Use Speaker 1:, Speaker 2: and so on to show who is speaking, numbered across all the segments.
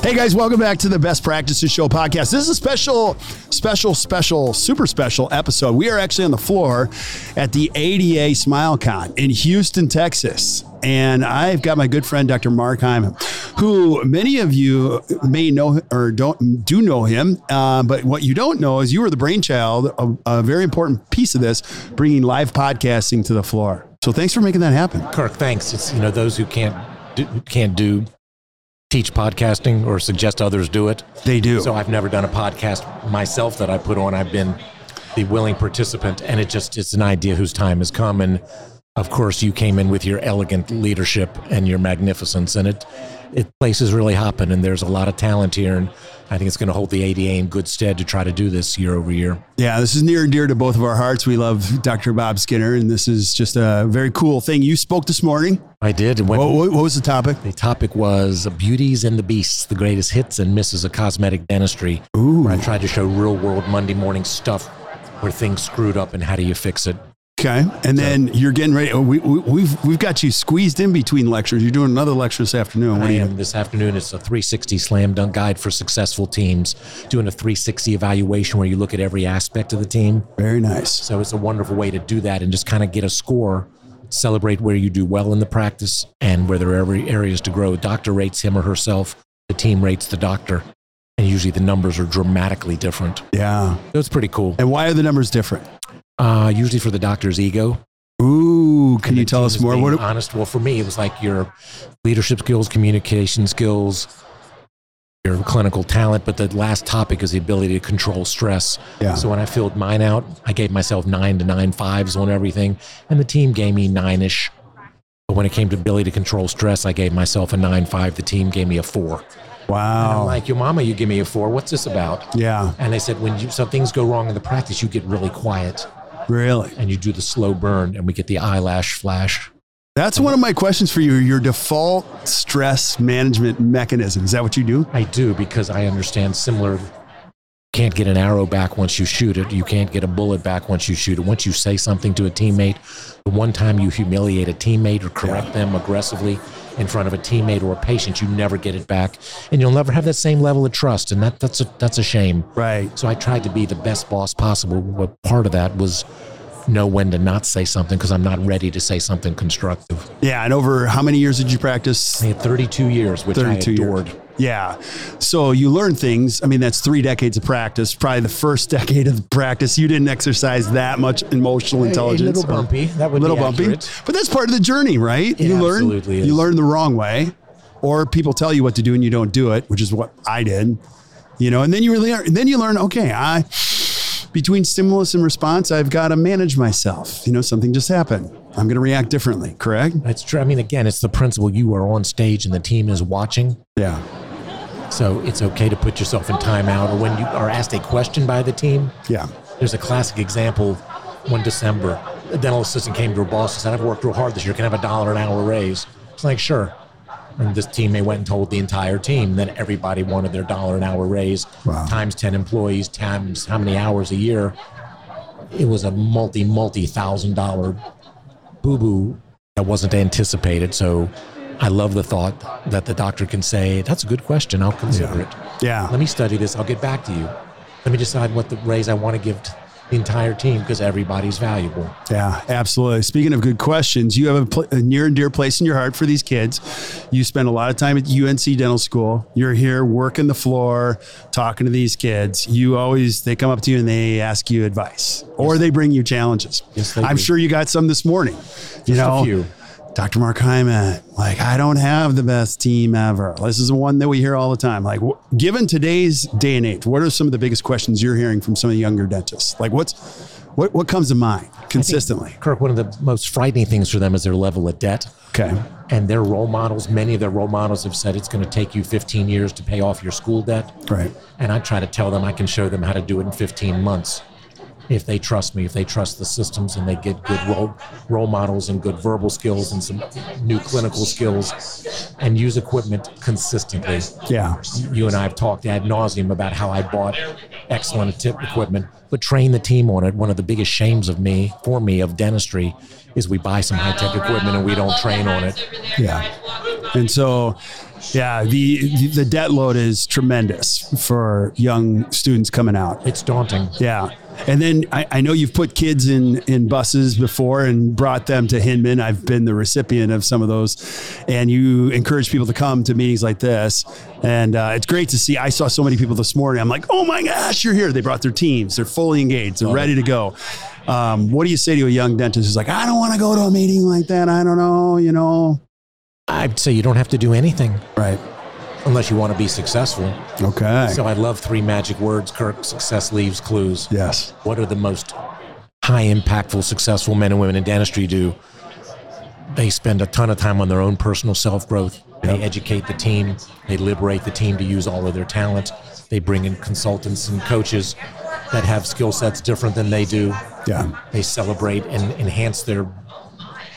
Speaker 1: Hey guys, welcome back to the Best Practices Show podcast. This is a special, special, special, super special episode. We are actually on the floor at the ADA SmileCon in Houston, Texas. And I've got my good friend, Dr. Mark Hyman, who many of you may know or don't do know him. Uh, but what you don't know is you were the brainchild of a very important piece of this, bringing live podcasting to the floor. So thanks for making that happen.
Speaker 2: Kirk, thanks. It's you know those who can't do, can't do teach podcasting or suggest others do it.
Speaker 1: They do.
Speaker 2: So I've never done a podcast myself that I put on. I've been the willing participant, and it just it's an idea whose time has come. And of course, you came in with your elegant leadership and your magnificence, and it it place is really hopping. And there's a lot of talent here, and I think it's going to hold the ADA in good stead to try to do this year over year.
Speaker 1: Yeah, this is near and dear to both of our hearts. We love Dr. Bob Skinner, and this is just a very cool thing. You spoke this morning.
Speaker 2: I did. and When,
Speaker 1: What, what, what was the topic?
Speaker 2: The topic was Beauties and the Beasts, the greatest hits and misses of cosmetic dentistry.
Speaker 1: Ooh.
Speaker 2: Where I tried to show real world Monday morning stuff where things screwed up and how do you fix it.
Speaker 1: Okay, and then you're getting ready. oh, We, we, we've we've got you squeezed in between lectures. You're doing another lecture this afternoon. What
Speaker 2: I
Speaker 1: do you?
Speaker 2: am this afternoon. It's a 360 slam dunk guide for successful teams, doing a 360 evaluation where you look at every aspect of the team.
Speaker 1: Very nice.
Speaker 2: So it's a wonderful way to do that and just kind of get a score, celebrate where you do well in the practice and where there are every areas to grow. Doctor rates him or herself, the team rates the doctor, and usually the numbers are dramatically different.
Speaker 1: Yeah.
Speaker 2: So it's pretty cool.
Speaker 1: And why are the numbers different?
Speaker 2: Uh, usually for the doctor's ego.
Speaker 1: Ooh, can you tell us
Speaker 2: Just
Speaker 1: more?
Speaker 2: being
Speaker 1: What?
Speaker 2: honest. Well, for me, it was like your leadership skills, communication skills, your clinical talent. But the last topic is the ability to control stress.
Speaker 1: Yeah.
Speaker 2: So when I filled mine out, I gave myself nine to nine fives on everything, and the team gave me nine ish. But when it came to ability to control stress, I gave myself a nine five. The team gave me a four. I'm
Speaker 1: Wow.
Speaker 2: like, your mama, you give me a four. What's this about?
Speaker 1: Yeah.
Speaker 2: And they said, when you, so things go wrong in the practice, you get really quiet
Speaker 1: Really.
Speaker 2: and you do the slow burn, and we get the eyelash flash.
Speaker 1: That's one of my questions for you. Your default stress management mechanism. Is that what you do?
Speaker 2: I do because I understand similar. Can't get an arrow back once you shoot it. You can't get a bullet back once you shoot it. Once you say something to a teammate, the one time you humiliate a teammate or correct them aggressively in front of a teammate or a patient, you never get it back, and you'll never have that same level of trust. And that, that's a that's a shame.
Speaker 1: Right.
Speaker 2: So I tried to be the best boss possible. What part of that was know when to not say something because I'm not ready to say something constructive.
Speaker 1: Yeah. And over how many years did you practice?
Speaker 2: I had 32 years, which I
Speaker 1: 32 years.
Speaker 2: adored.
Speaker 1: Yeah. So you learn things. I mean, that's three decades of practice. Probably the first decade of practice, you didn't exercise that much emotional intelligence.
Speaker 2: little
Speaker 1: or-
Speaker 2: bumpy. uh, That would
Speaker 1: little
Speaker 2: be
Speaker 1: bumpy.
Speaker 2: accurate.
Speaker 1: But that's part of the journey, right? you learn.
Speaker 2: absolutely is.
Speaker 1: You learn the wrong way, or people tell you what to do and you don't do it, which is what I did. You know, and then you really are, then you learn. Okay, I between stimulus and response, I've got to manage myself. You know, something just happened. I'm going to react differently. Correct?
Speaker 2: That's true. I mean, again, it's the principle you are on stage and the team is watching.
Speaker 1: Yeah.
Speaker 2: So it's okay to put yourself in timeout or when you are asked a question by the team.
Speaker 1: Yeah.
Speaker 2: There's a classic example one December. A dental assistant came to her boss and said, I've worked real hard this year. Can I have a dollar an hour raise? It's like, sure. And this teammate went and told the entire team that everybody wanted their dollar an hour raise
Speaker 1: Wow.
Speaker 2: times 10 employees times how many hours a year. It was a multi, multi thousand dollar boo boo that wasn't anticipated. So I love the thought that the doctor can say, That's a good question. I'll consider it.
Speaker 1: Yeah.
Speaker 2: Let me study this. I'll get back to you. Let me decide what the raise I want to give to the entire team because everybody's valuable.
Speaker 1: Yeah. Absolutely. Speaking of good questions, you have a, pl- a near and dear place in your heart for these kids. You spend a lot of time at UNC Dental School. You're here working the floor, talking to these kids. You always, they come up to you and they ask you advice or they bring you challenges.
Speaker 2: Yes, they
Speaker 1: I'm
Speaker 2: do.
Speaker 1: sure you got some this morning. you
Speaker 2: Just a
Speaker 1: know,
Speaker 2: few.
Speaker 1: Dr. Mark Hyman, like, I don't have the best team ever. This is the one that we hear all the time. Like, wh- given today's day and age, what are some of the biggest questions you're hearing from some of the younger dentists? Like, what's what, what comes to mind consistently?
Speaker 2: Kirk, one of the most frightening things for them is their level of debt.
Speaker 1: Okay.
Speaker 2: And their role models, many of their role models have said it's going to take you 15 years to pay off your school debt.
Speaker 1: Right.
Speaker 2: And I try to tell them I can show them how to do it in 15 months if they trust me, if they trust the systems and they get good role, role models and good verbal skills and some new clinical skills and use equipment consistently.
Speaker 1: Yeah.
Speaker 2: You and I have talked ad nauseum about how I bought excellent tip equipment, but train the team on it. One of the biggest shames of me, for me, of dentistry is we buy some high tech equipment and we don't train on it.
Speaker 1: Yeah. And so, yeah, the the debt load is tremendous for young students coming out.
Speaker 2: It's daunting.
Speaker 1: Yeah. And then I, I know you've put kids in, in buses before and brought them to Hinman. I've been the recipient of some of those. And you encourage people to come to meetings like this. And uh, it's great to see. I saw so many people this morning. I'm like, oh my gosh, you're here. They brought their teams. They're fully engaged. They're ready to go. Um, what do you say to a young dentist who's like, I don't want to go to a meeting like that. I don't know, you know?
Speaker 2: I'd say you don't have to do anything
Speaker 1: Right.
Speaker 2: unless you want to be successful.
Speaker 1: Okay.
Speaker 2: So I love three magic words, Kirk. Success leaves clues.
Speaker 1: yes.
Speaker 2: What are the most high impactful, successful men and women in dentistry do? They spend a ton of time on their own personal self growth. They educate the team. They liberate the team to use all of their talent. They bring in consultants and coaches that have skill sets different than they do.
Speaker 1: Yeah.
Speaker 2: They celebrate and enhance their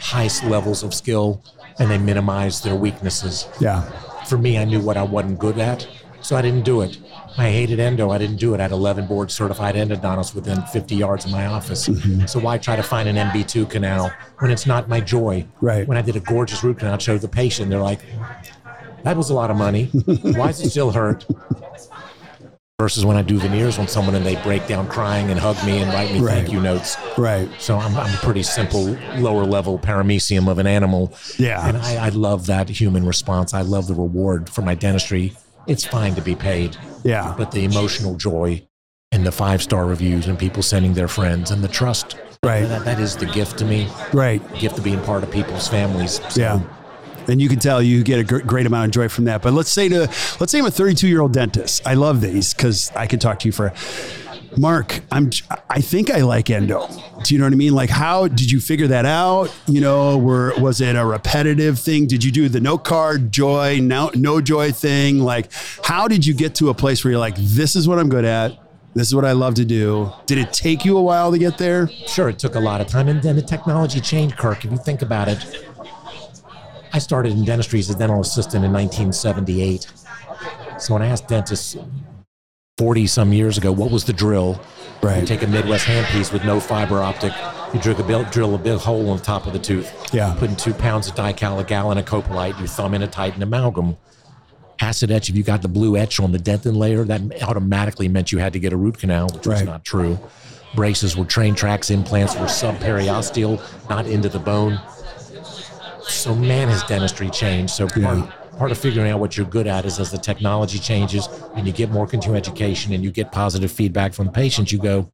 Speaker 2: highest levels of skill and they minimize their weaknesses
Speaker 1: Yeah.
Speaker 2: for me, I knew what I wasn't good at, so I didn't do it. I hated endo. I didn't do it. I had 11 board certified endodontists within 50 yards of my office.
Speaker 1: Mm-hmm.
Speaker 2: So why try to find an MB2 canal when it's not my joy?
Speaker 1: Right.
Speaker 2: When I did a gorgeous root canal, I showed the patient, they're like, that was a lot of money. Why is it still hurt? Versus when I do veneers on someone and they break down crying and hug me and write me
Speaker 1: Right.
Speaker 2: thank you notes.
Speaker 1: Right.
Speaker 2: So I'm, I'm pretty simple, lower level paramecium of an animal.
Speaker 1: Yeah.
Speaker 2: And I, I love that human response. I love the reward for my dentistry. It's fine to be paid,
Speaker 1: Yeah.
Speaker 2: but the emotional joy and the five star reviews and people sending their friends and the trust.
Speaker 1: Right.
Speaker 2: That, that is the gift to me,
Speaker 1: Right.
Speaker 2: the gift of being part of people's families. So
Speaker 1: Yeah. And you can tell you get a gr- great amount of joy from that. But let's say to let's say I'm a 32 year old dentist. I love these because I could talk to you for. Mark, I'm. I think I like endo. Do you know what I mean? Like, how did you figure that out? You know, were was it a repetitive thing? Did you do the no card joy, no no joy thing? Like, how did you get to a place where you're like, this is what I'm good at. This is what I love to do. Did it take you a while to get there?
Speaker 2: sure, it took a lot of time. And then the technology changed, Kirk. If you think about it, I started in dentistry as a dental assistant in 1978. So when I asked dentists 40 some years ago, what was the drill? You
Speaker 1: Right.
Speaker 2: take a Midwest handpiece with no fiber optic. You drill a, bil- drill a big hole on the top of the tooth.
Speaker 1: Yeah.
Speaker 2: Put in two pounds of dical, a gallon of coprolite, your thumb in a titan amalgam. Acid etch, if you got the blue etch on the dentin layer, that automatically meant you had to get a root canal, which was
Speaker 1: Right.
Speaker 2: not true. Braces were train tracks, implants were subperiosteal, not into the bone. So, man, has dentistry changed. So, part, part of figuring out what you're good at is as the technology changes and you get more continuing education and you get positive feedback from patients, you go,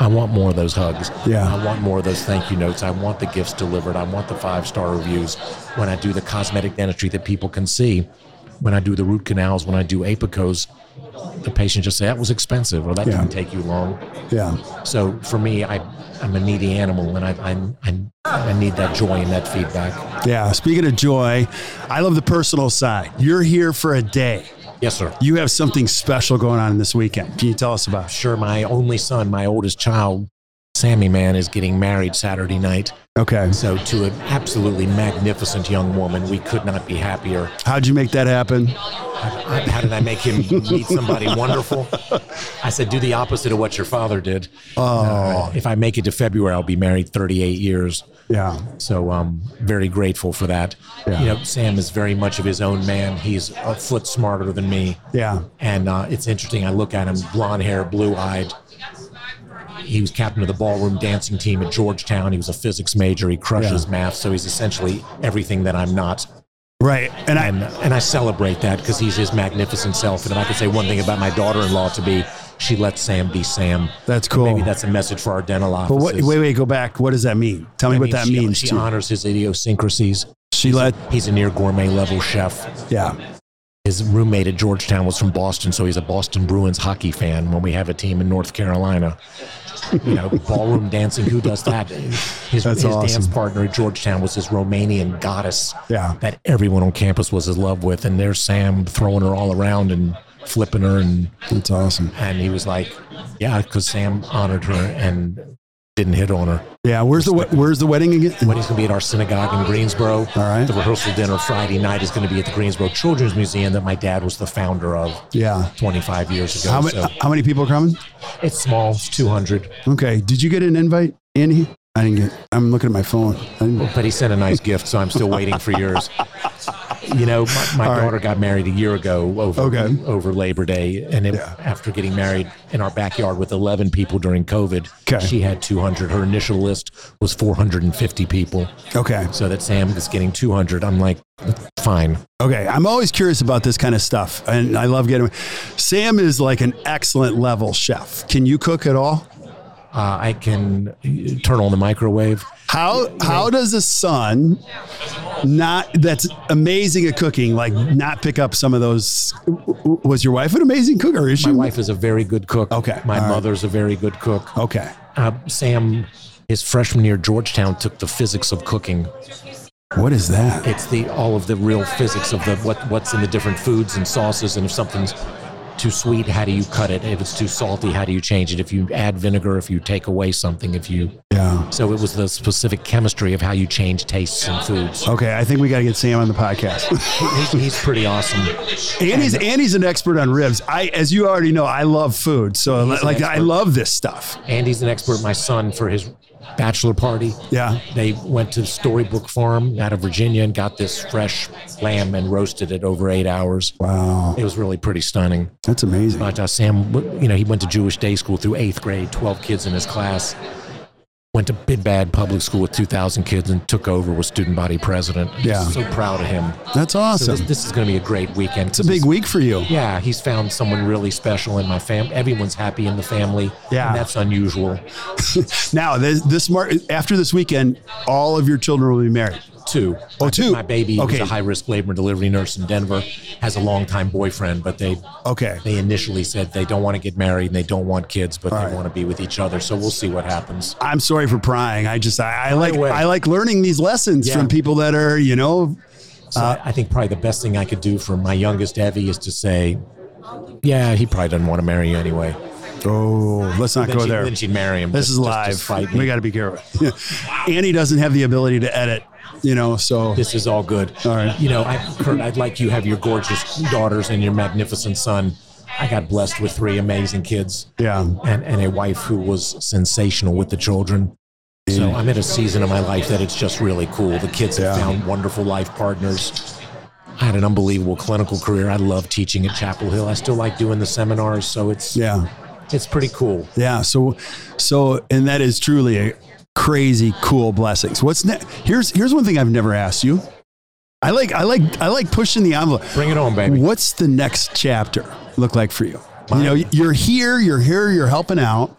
Speaker 2: I want more of those hugs.
Speaker 1: Yeah.
Speaker 2: I want more of those thank you notes. I want the gifts delivered. I want the five star reviews. When I do the cosmetic dentistry that people can see, when I do the root canals, when I do apicos, the patient just say, that was expensive or that
Speaker 1: Yeah.
Speaker 2: didn't take you long.
Speaker 1: Yeah.
Speaker 2: So for me, I, I'm a needy animal and I, I, I, I need that joy and that feedback.
Speaker 1: Yeah. Speaking of joy, I love the personal side. You're here for a day.
Speaker 2: Yes, sir.
Speaker 1: You have something special going on this weekend. Can you tell us about? it?
Speaker 2: sure my only son, my oldest child, Sammy Man is getting married Saturday night.
Speaker 1: Okay.
Speaker 2: So, to an absolutely magnificent young woman, we could not be happier.
Speaker 1: How'd you make that happen?
Speaker 2: I- How did I make him meet somebody wonderful? I said, do the opposite of what your father did. Oh. if I make it to February, I'll be married 38 years.
Speaker 1: Yeah.
Speaker 2: So I'm very grateful for that.
Speaker 1: Yeah.
Speaker 2: You know, Sam is very much of his own man. He's a foot smarter than me.
Speaker 1: Yeah.
Speaker 2: And uh, it's interesting. I look at him, blonde hair, blue eyed. He was captain of the ballroom dancing team at Georgetown. He was a physics major. He crushes
Speaker 1: Yeah.
Speaker 2: math. So he's essentially everything that I'm not.
Speaker 1: Right. And I,
Speaker 2: And, and I celebrate that because he's his magnificent self. And if I could say one thing about my daughter in law to be, she lets Sam be Sam.
Speaker 1: that's cool.
Speaker 2: Maybe that's a message for our dental
Speaker 1: Oh. but
Speaker 2: offices.
Speaker 1: what, wait, wait, go back. What does that mean? Tell me what that
Speaker 2: she,
Speaker 1: means.
Speaker 2: She
Speaker 1: to you.
Speaker 2: honors his idiosyncrasies.
Speaker 1: she let,
Speaker 2: He's a near gourmet level chef.
Speaker 1: yeah.
Speaker 2: His roommate at Georgetown was from Boston, so he's a Boston Bruins hockey fan when we have a team in North Carolina. You know, ballroom dancing, who does that? His,
Speaker 1: That's
Speaker 2: his dance
Speaker 1: awesome.
Speaker 2: partner at Georgetown was his Romanian goddess
Speaker 1: Yeah.
Speaker 2: that everyone on campus was in love with. And there's Sam throwing her all around and flipping her. And,
Speaker 1: That's awesome.
Speaker 2: and he was like, yeah, because Sam honored her and didn't hit on her.
Speaker 1: Yeah. Where's the, we- where's the wedding again?
Speaker 2: Wedding's going to be at our synagogue in Greensboro.
Speaker 1: All right.
Speaker 2: The rehearsal dinner Friday night is going to be at the Greensboro Children's Museum that my dad was the founder of
Speaker 1: Yeah.
Speaker 2: 25 years ago.
Speaker 1: How, ma-
Speaker 2: so
Speaker 1: how many people are coming?
Speaker 2: it's small, it's 200.
Speaker 1: Okay. Did you get an invite in here? I didn't get, I'm looking at my phone. I didn't,
Speaker 2: But he sent a nice gift, so I'm still waiting for yours. You know, my, my
Speaker 1: All right.
Speaker 2: daughter got married a year ago over
Speaker 1: Okay.
Speaker 2: over Labor Day, and it,
Speaker 1: Yeah.
Speaker 2: after getting married in our backyard with 11 people during COVID,
Speaker 1: Okay.
Speaker 2: she had 200. Her initial list was 450 people,
Speaker 1: okay.
Speaker 2: so that Sam is getting 200. I'm like, fine.
Speaker 1: Okay, I'm always curious about this kind of stuff, and I love getting. Sam is like an excellent level chef. Can you cook at all?
Speaker 2: Uh, I can turn on the microwave.
Speaker 1: How how does a son not that's amazing at cooking like not pick up some of those? Was your wife an amazing cook or is she?
Speaker 2: My wife is a very good cook.
Speaker 1: Okay,
Speaker 2: My
Speaker 1: all right.
Speaker 2: mother's a very good cook.
Speaker 1: Okay,
Speaker 2: Uh, Sam, his freshman year at Georgetown, took the physics of cooking.
Speaker 1: what is that?
Speaker 2: It's the all of the real physics of the what what's in the different foods and sauces, and if something's too sweet, how do you cut it? If it's too salty, how do you change it? If you add vinegar, if you take away something, if you
Speaker 1: Yeah.
Speaker 2: so it was the specific chemistry of how you change tastes in foods.
Speaker 1: Okay, I think we got to get Sam on the podcast.
Speaker 2: He- he's pretty awesome.
Speaker 1: Andy's Andy's an expert on ribs. I, as you already know, I love food, so
Speaker 2: He's an
Speaker 1: like I
Speaker 2: expert.
Speaker 1: love this stuff.
Speaker 2: Andy's an expert. My son for his bachelor party.
Speaker 1: Yeah.
Speaker 2: They went to Storybook Farm out of Virginia and got this fresh lamb and roasted it over eight hours.
Speaker 1: Wow,
Speaker 2: It was really pretty stunning.
Speaker 1: that's amazing.
Speaker 2: But uh, Sam, you know, he went to Jewish day school through eighth grade, 12 kids in his class. Went to Big Bad Public School with 2,000 kids and took over with student body president.
Speaker 1: Yeah.
Speaker 2: So proud of him.
Speaker 1: That's
Speaker 2: So
Speaker 1: awesome.
Speaker 2: this, this is going to be a great weekend.
Speaker 1: it's a big week for you.
Speaker 2: Yeah, he's found someone really special in my fam. Everyone's happy in the family.
Speaker 1: Yeah.
Speaker 2: And that's unusual.
Speaker 1: Now, this, this mar- after this weekend, all of your children will be married.
Speaker 2: two.
Speaker 1: Oh,
Speaker 2: My-
Speaker 1: two.
Speaker 2: My baby
Speaker 1: Okay.
Speaker 2: is a high risk labor and delivery nurse in Denver, has a longtime boyfriend, but they
Speaker 1: Okay.
Speaker 2: they initially said they don't want to get married and they don't want kids, but they
Speaker 1: right.
Speaker 2: want to be with each other. So we'll see what happens.
Speaker 1: I'm sorry for prying. I just I, I like
Speaker 2: away.
Speaker 1: I like learning these lessons
Speaker 2: Yeah.
Speaker 1: from people that are you know Uh,
Speaker 2: So I think probably the best thing I could do for my youngest Evie is to say, yeah, he probably doesn't want to marry you anyway.
Speaker 1: oh let's not
Speaker 2: Then,
Speaker 1: go
Speaker 2: she,
Speaker 1: there.
Speaker 2: then she'd marry him.
Speaker 1: This
Speaker 2: Just-
Speaker 1: is
Speaker 2: just-
Speaker 1: live.
Speaker 2: just fight me.
Speaker 1: we got to be careful. Annie doesn't have the ability to edit, you know. So
Speaker 2: this is all good.
Speaker 1: All right.
Speaker 2: You know, I, Kurt, I'd like you have your gorgeous daughters and your magnificent son. I got blessed with three amazing kids.
Speaker 1: Yeah.
Speaker 2: And, and a wife who was sensational with the children. So I'm at a season of my life that it's just really cool. The kids have
Speaker 1: Yeah.
Speaker 2: found wonderful life partners. I had an unbelievable clinical career. I love teaching at Chapel Hill. I still like doing the seminars, so it's
Speaker 1: yeah,
Speaker 2: it's pretty cool.
Speaker 1: yeah. So so and that is truly a crazy cool blessings. What's ne- here's here's one thing I've never asked you. I like I like I like pushing the envelope.
Speaker 2: Bring it on, baby.
Speaker 1: What's the next chapter look like for you? You know, you're here, you're here, you're helping out.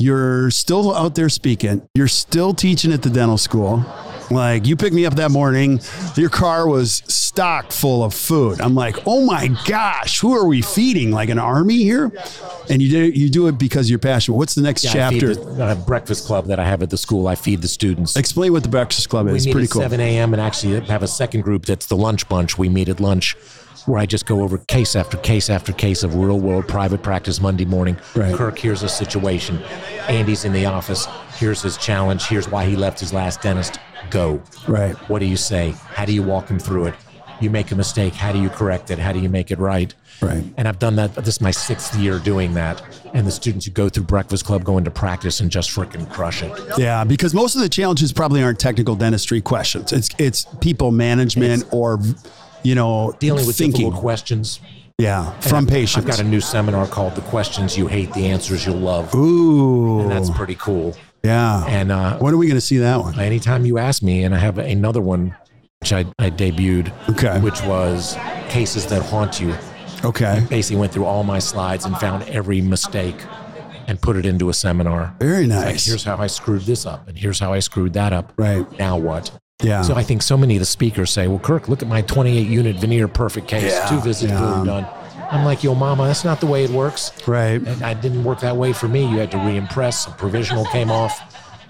Speaker 1: You're still out there speaking. You're still teaching at the dental school. Like you picked me up that morning, your car was stocked full of food. I'm like, oh my gosh, who are we feeding? Like an army here? And you do you do it because you're passionate. What's the next
Speaker 2: I feed
Speaker 1: chapter?
Speaker 2: the uh, breakfast club that I have at the school. I feed the students.
Speaker 1: Explain what the Breakfast Club
Speaker 2: We
Speaker 1: is.
Speaker 2: meet
Speaker 1: Pretty
Speaker 2: at
Speaker 1: cool.
Speaker 2: 7 a.m. and actually have a second group that's the lunch bunch. We meet at lunch where I just go over case after case after case of real world private practice Monday morning.
Speaker 1: Right.
Speaker 2: Kirk, here's a situation. Andy's in the office. Here's his challenge. Here's why he left his last dentist. Go.
Speaker 1: Right.
Speaker 2: What do you say? How do you walk him through it? You make a mistake. How do you correct it? How do you make it right?
Speaker 1: Right.
Speaker 2: And I've done that. This is my sixth year doing that. And the students who go through Breakfast Club go into practice and just freaking crush it.
Speaker 1: Yeah, because most of the challenges probably aren't technical dentistry questions. It's it's people management or you know
Speaker 2: Dealing with
Speaker 1: thinking.
Speaker 2: difficult questions.
Speaker 1: Yeah, from
Speaker 2: I've
Speaker 1: patients.
Speaker 2: got a new seminar called "The Questions You Hate, the Answers You'll Love."
Speaker 1: Ooh,
Speaker 2: And that's pretty cool.
Speaker 1: yeah.
Speaker 2: And uh,
Speaker 1: when are we going to see that one?
Speaker 2: anytime you ask me, and I have another one which I, I debuted,
Speaker 1: Okay.
Speaker 2: which was cases that haunt you.
Speaker 1: Okay,
Speaker 2: Basically, went through all my slides and found every mistake and put it into a seminar.
Speaker 1: very nice.
Speaker 2: Here's how I screwed this up, and here's how I screwed that up.
Speaker 1: Right.
Speaker 2: Now what?
Speaker 1: Yeah,
Speaker 2: So I think so many of the speakers say, "Well, Kirk, look at my 28 unit veneer perfect case,
Speaker 1: Yeah,
Speaker 2: two visits,
Speaker 1: yeah.
Speaker 2: boom, done." I'm like, "Yo, mama, that's not the way it works."
Speaker 1: right.
Speaker 2: And I didn't work that way for me. You had to re-impress. A provisional came off.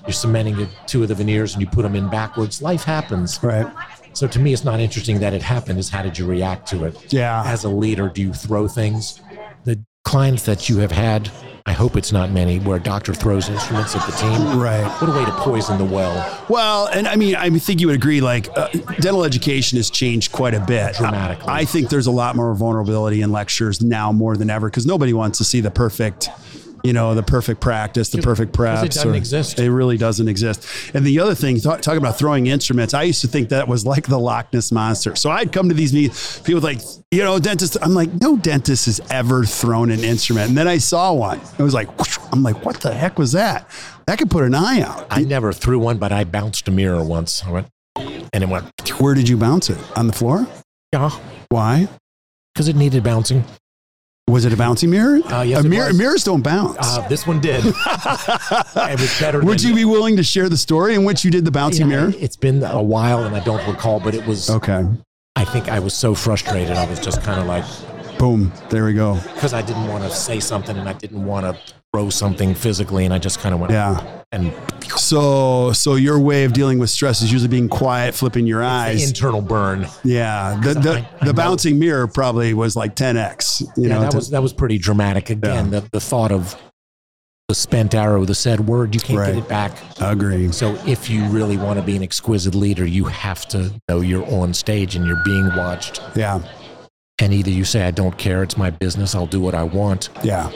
Speaker 2: You're cementing the two of the veneers and you put them in backwards. Life happens.
Speaker 1: Right.
Speaker 2: So to me, it's not interesting that it happened. It's how did you react to it?
Speaker 1: Yeah.
Speaker 2: As a leader, do you throw things? The clients that you have had, I hope it's not many, where a doctor throws instruments at the team.
Speaker 1: Right.
Speaker 2: What a way to poison the well.
Speaker 1: Well, and I mean, I think you would agree. Like, uh, dental education has changed quite a bit.
Speaker 2: Dramatically.
Speaker 1: I, I think there's a lot more vulnerability in lectures now more than ever because nobody wants to see the perfect, you know, the perfect practice, the perfect preps.
Speaker 2: because it doesn't exist.
Speaker 1: It really doesn't exist. And the other thing, talk, talking about throwing instruments, I used to think that was like the Loch Ness monster. So I'd come to these meetings, people like, you know, dentist. I'm like, no dentist has ever thrown an instrument. And then I saw one. It was like, whoosh. I'm like, what the heck was that? That could put an eye out.
Speaker 2: I never threw one, but I bounced a mirror once. I went, and it went,
Speaker 1: Where did you bounce it? On the floor?
Speaker 2: yeah,
Speaker 1: Why?
Speaker 2: because it needed bouncing.
Speaker 1: Was it a bouncy mirror?
Speaker 2: Uh, yes,
Speaker 1: a
Speaker 2: it
Speaker 1: mirror,
Speaker 2: was.
Speaker 1: mirrors don't bounce.
Speaker 2: Uh, this one did. it was better
Speaker 1: Would
Speaker 2: than
Speaker 1: you be willing to share the story in which you did the bouncy
Speaker 2: Yeah,
Speaker 1: mirror?
Speaker 2: It's been a while and I don't recall, but it was,
Speaker 1: Okay.
Speaker 2: I think I was so frustrated. I was just kind of like,
Speaker 1: Boom. There we go.
Speaker 2: because I didn't want to say something and I didn't want to throw something physically. And I just kind of went,
Speaker 1: Yeah.
Speaker 2: and
Speaker 1: So, so your way of dealing with stress is usually being quiet, flipping your eyes.
Speaker 2: internal burn.
Speaker 1: Yeah. The the,
Speaker 2: I- I
Speaker 1: the
Speaker 2: know-
Speaker 1: bouncing mirror probably was like 10x. You
Speaker 2: yeah,
Speaker 1: know.
Speaker 2: that
Speaker 1: to-
Speaker 2: was, that was pretty dramatic. Again, the, the thought of the spent arrow, the said word, you can't
Speaker 1: Right.
Speaker 2: get it back.
Speaker 1: agree.
Speaker 2: So if you really want to be an exquisite leader, you have to know you're on stage and you're being watched.
Speaker 1: Yeah.
Speaker 2: And either you say, I don't care, it's my business, I'll do what I want.
Speaker 1: Yeah.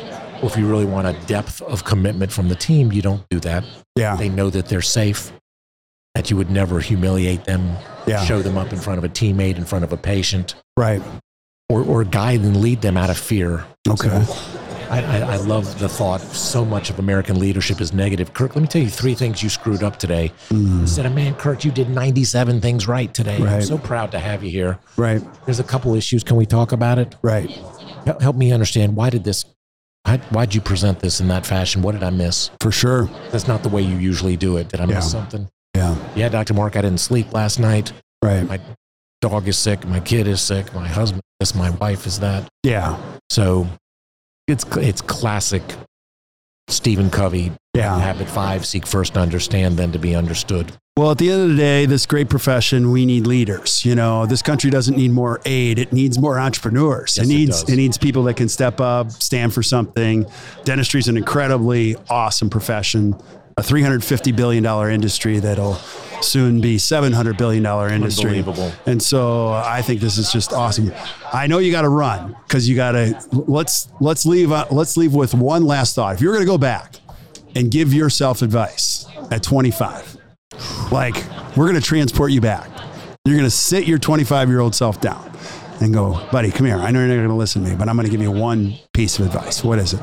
Speaker 2: Well, if you really want a depth of commitment from the team, you don't do that.
Speaker 1: Yeah.
Speaker 2: They know that they're safe, that you would never humiliate them,
Speaker 1: Yeah.
Speaker 2: show them up in front of a teammate, in front of a patient,
Speaker 1: Right.
Speaker 2: or, or guide and lead them out of fear.
Speaker 1: Okay.
Speaker 2: I, I, I love the thought so much of American leadership is negative. Kirk, let me tell you three things you screwed up today. Instead of, man, Kirk, you did 97 things right today. I'm
Speaker 1: Mm. Right.
Speaker 2: so proud to have you here.
Speaker 1: Right.
Speaker 2: There's a couple issues. Can we talk about it?
Speaker 1: Right.
Speaker 2: Hel- Help me understand why did this, why, why'd you present this in that fashion? What did I miss?
Speaker 1: For sure.
Speaker 2: That's not the way you usually do it. Did I miss
Speaker 1: Yeah.
Speaker 2: something?
Speaker 1: Yeah.
Speaker 2: Yeah, Dr. Mark, I didn't sleep last night.
Speaker 1: Right.
Speaker 2: My dog is sick. My kid is sick. My husband is, my wife is that.
Speaker 1: Yeah.
Speaker 2: So it's, it's classic Stephen Covey
Speaker 1: Yeah.
Speaker 2: habit five seek first to understand, then to be understood.
Speaker 1: Well, at the end of the day, this great profession, we need leaders. You know, this country doesn't need more aid; it needs more entrepreneurs.
Speaker 2: Yes,
Speaker 1: it
Speaker 2: it
Speaker 1: needs
Speaker 2: does.
Speaker 1: it, needs people that can step up, stand for something. Dentistry is an incredibly awesome profession, a three hundred fifty billion dollar industry that'll soon be seven hundred billion dollar industry.
Speaker 2: Unbelievable.
Speaker 1: And so I think this is just awesome. I know you got to run because you got to let's let's leave uh, let's leave with one last thought. If you're going to go back and give yourself advice at 25, like we're going to transport you back. You're going to sit your 25 year old self down and go, buddy, come here. I know you're not going to listen to me, but I'm going to give you one piece of advice. What is it?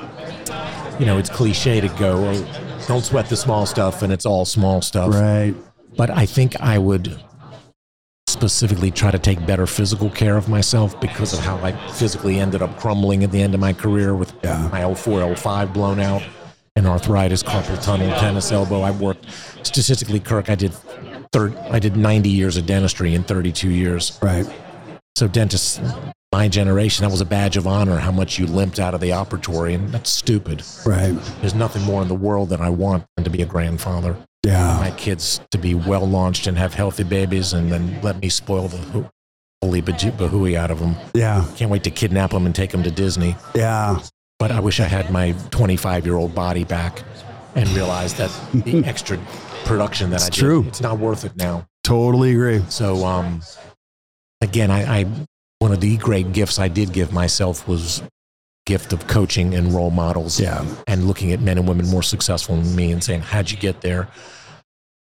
Speaker 2: You know, it's cliche to go, oh, don't sweat the small stuff and it's all small stuff.
Speaker 1: Right.
Speaker 2: But I think I would specifically try to take better physical care of myself because of how I physically ended up crumbling at the end of my career with
Speaker 1: Yeah.
Speaker 2: my L4, L5 blown out and arthritis, carpal tunnel, tennis elbow. I worked statistically, Kirk, I did. Third, I did 90 years of dentistry in 32 years.
Speaker 1: Right.
Speaker 2: So dentists, my generation, that was a badge of honor how much you limped out of the operatory, and that's stupid.
Speaker 1: Right.
Speaker 2: There's nothing more in the world that I want than to be a grandfather.
Speaker 1: Yeah.
Speaker 2: My kids to be well launched and have healthy babies, and then let me spoil the ho- holy baji- bahooey out of them.
Speaker 1: Yeah.
Speaker 2: Can't wait to kidnap them and take them to Disney.
Speaker 1: Yeah.
Speaker 2: But I wish I had my 25 year old body back. and realize that the extra production that
Speaker 1: It's
Speaker 2: I did,
Speaker 1: true.
Speaker 2: it's not worth it now.
Speaker 1: Totally agree.
Speaker 2: So, um, again, I, I one of the great gifts I did give myself was gift of coaching and role models
Speaker 1: Yeah.
Speaker 2: and looking at men and women more successful than me and saying, How'd you get there?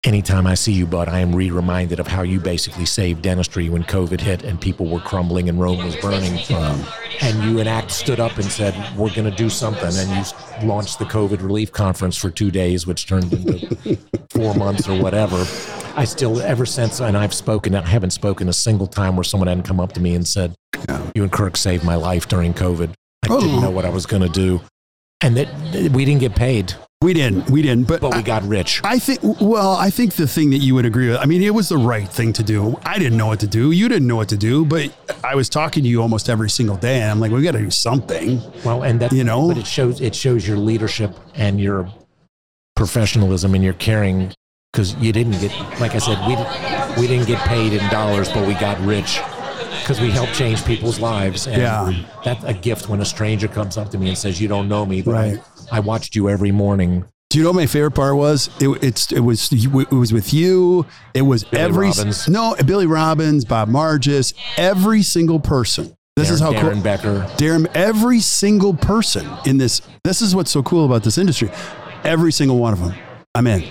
Speaker 2: Anytime I see you, bud, I am re reminded of how you basically saved dentistry when COVID hit and people were crumbling and Rome was burning. and you and ACT stood up and said, We're going to do something. And you s- launched the COVID relief conference for two days, which turned into four months or whatever. I still, ever since, and I've spoken, I haven't spoken a single time where someone hadn't come up to me and said, You and Kirk saved my life during COVID. I
Speaker 1: Oh.
Speaker 2: didn't know what I was going to do and that that we didn't get paid,
Speaker 1: We didn't. We didn't. But,
Speaker 2: but we got rich.
Speaker 1: I think, well, I think the thing that you would agree with, I mean, it was the right thing to do. I didn't know what to do. You didn't know what to do, but I was talking to you almost every single day. And I'm like, we got to do something.
Speaker 2: Well, and that
Speaker 1: You know?
Speaker 2: but it shows it shows your leadership and your professionalism and your caring because you didn't get, like I said, we di- we didn't get paid in dollars, but we got rich because we helped change people's lives. And
Speaker 1: Yeah.
Speaker 2: that's a gift when a stranger comes up to me and says, "You don't know me, but
Speaker 1: Right.
Speaker 2: I, I watched you every morning."
Speaker 1: Do you know what my favorite part was? It, it's it was it was with you. It was every
Speaker 2: Robbins.
Speaker 1: no Billy Robbins, Bob Margis, every single person. This is how
Speaker 2: Darren
Speaker 1: cool.
Speaker 2: Becker.
Speaker 1: Darren, every single person in this. This is what's so cool about this industry. Every single one of them. I'm in.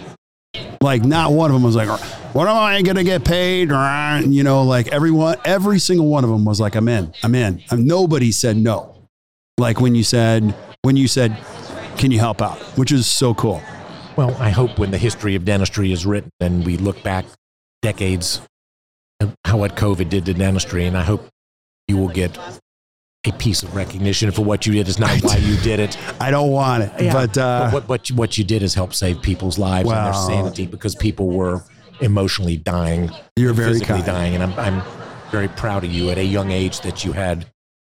Speaker 1: Like not one of them was like, "What am I gonna get paid?" You know, like everyone, every single one of them was like, "I'm in, I'm in." And nobody said no. Like when you said when you said, "Can you help out?" Which is so cool.
Speaker 2: Well, I hope when the history of dentistry is written and we look back decades of how what COVID did to dentistry, and I hope you will get a piece of recognition for what you did. It's not why you did it,
Speaker 1: I don't want it. But, uh,
Speaker 2: but what, what, you, what you did is help save people's lives and
Speaker 1: Wow.
Speaker 2: their sanity because people were emotionally dying,
Speaker 1: you're very
Speaker 2: physically
Speaker 1: kind.
Speaker 2: dying, and I'm, I'm very proud of you at a young age that you had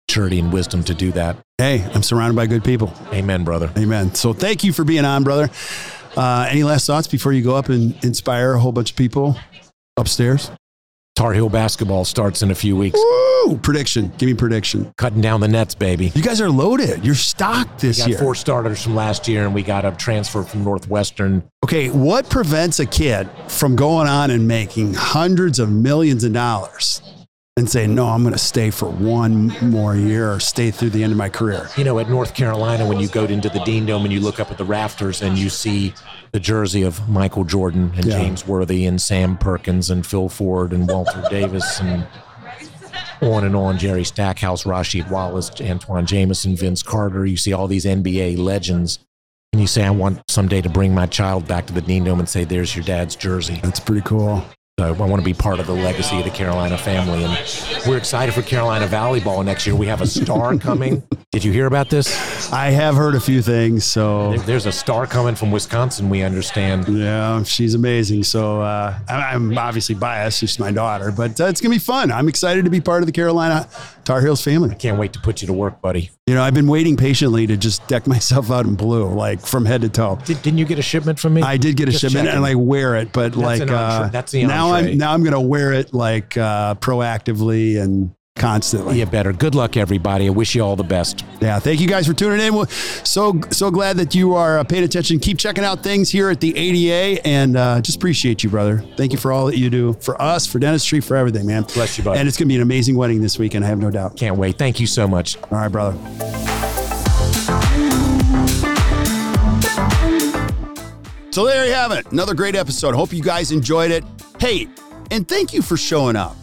Speaker 2: maturity and wisdom to do that.
Speaker 1: Hey, I'm surrounded by good people.
Speaker 2: Amen, brother.
Speaker 1: Amen. So thank you for being on, brother. Uh, any last thoughts before you go up and inspire a whole bunch of people upstairs?
Speaker 2: Tar Heel basketball starts in a few weeks.
Speaker 1: Woo! Prediction. Give me prediction.
Speaker 2: Cutting down the nets, baby.
Speaker 1: You guys are loaded. You're stocked this
Speaker 2: We got
Speaker 1: year.
Speaker 2: four starters from last year, and we got a transfer from Northwestern.
Speaker 1: Okay, what prevents a kid from going on and making hundreds of millions of dollars and saying, no, I'm going to stay for one more year or stay through the end of my career?
Speaker 2: You know, at North Carolina, when you go into the Dean Dome and you look up at the rafters and you see the jersey of Michael Jordan and
Speaker 1: Yeah.
Speaker 2: James Worthy and Sam Perkins and Phil Ford and Walter Davis and on and on, Jerry Stackhouse, Rashid Wallace, Antoine Jameson, Vince Carter. You see all these NBA legends. And you say, I want someday to bring my child back to the Dean Dome and say, there's your dad's jersey.
Speaker 1: That's pretty cool.
Speaker 2: So I want to be part of the legacy of the Carolina family, and we're excited for Carolina Volleyball next year. We have a star coming. Did you hear about this?
Speaker 1: I have heard a few things. So
Speaker 2: There- There's a star coming from Wisconsin. We understand.
Speaker 1: Yeah, she's amazing. So uh, I- I'm obviously biased. She's my daughter, but uh, it's gonna be fun. I'm excited to be part of the Carolina Tar Heels family.
Speaker 2: Can't wait to put you to work, buddy.
Speaker 1: You know, I've been waiting patiently to just deck myself out in blue, like from head to toe.
Speaker 2: Did, didn't you get a shipment from me?
Speaker 1: I did get a
Speaker 2: Just
Speaker 1: shipment
Speaker 2: checking.
Speaker 1: and I wear it, but like
Speaker 2: an
Speaker 1: uh,
Speaker 2: entree. That's the
Speaker 1: now
Speaker 2: entree.
Speaker 1: I'm now I'm gonna wear it like uh, proactively and constantly.
Speaker 2: you better. Good luck, everybody. I wish you all the best.
Speaker 1: Yeah, thank you guys for tuning in. We're so so glad that you are uh, paying attention. Keep checking out things here at the ADA, and uh, just appreciate you, brother. Thank you for all that you do for us, for dentistry, for everything, man.
Speaker 2: Bless you, bud.
Speaker 1: And it's gonna be an amazing wedding this weekend. I have no doubt.
Speaker 2: Can't wait. Thank you so much.
Speaker 1: All right, brother. So there you have it. Another great episode. Hope you guys enjoyed it. Hey, and thank you for showing up.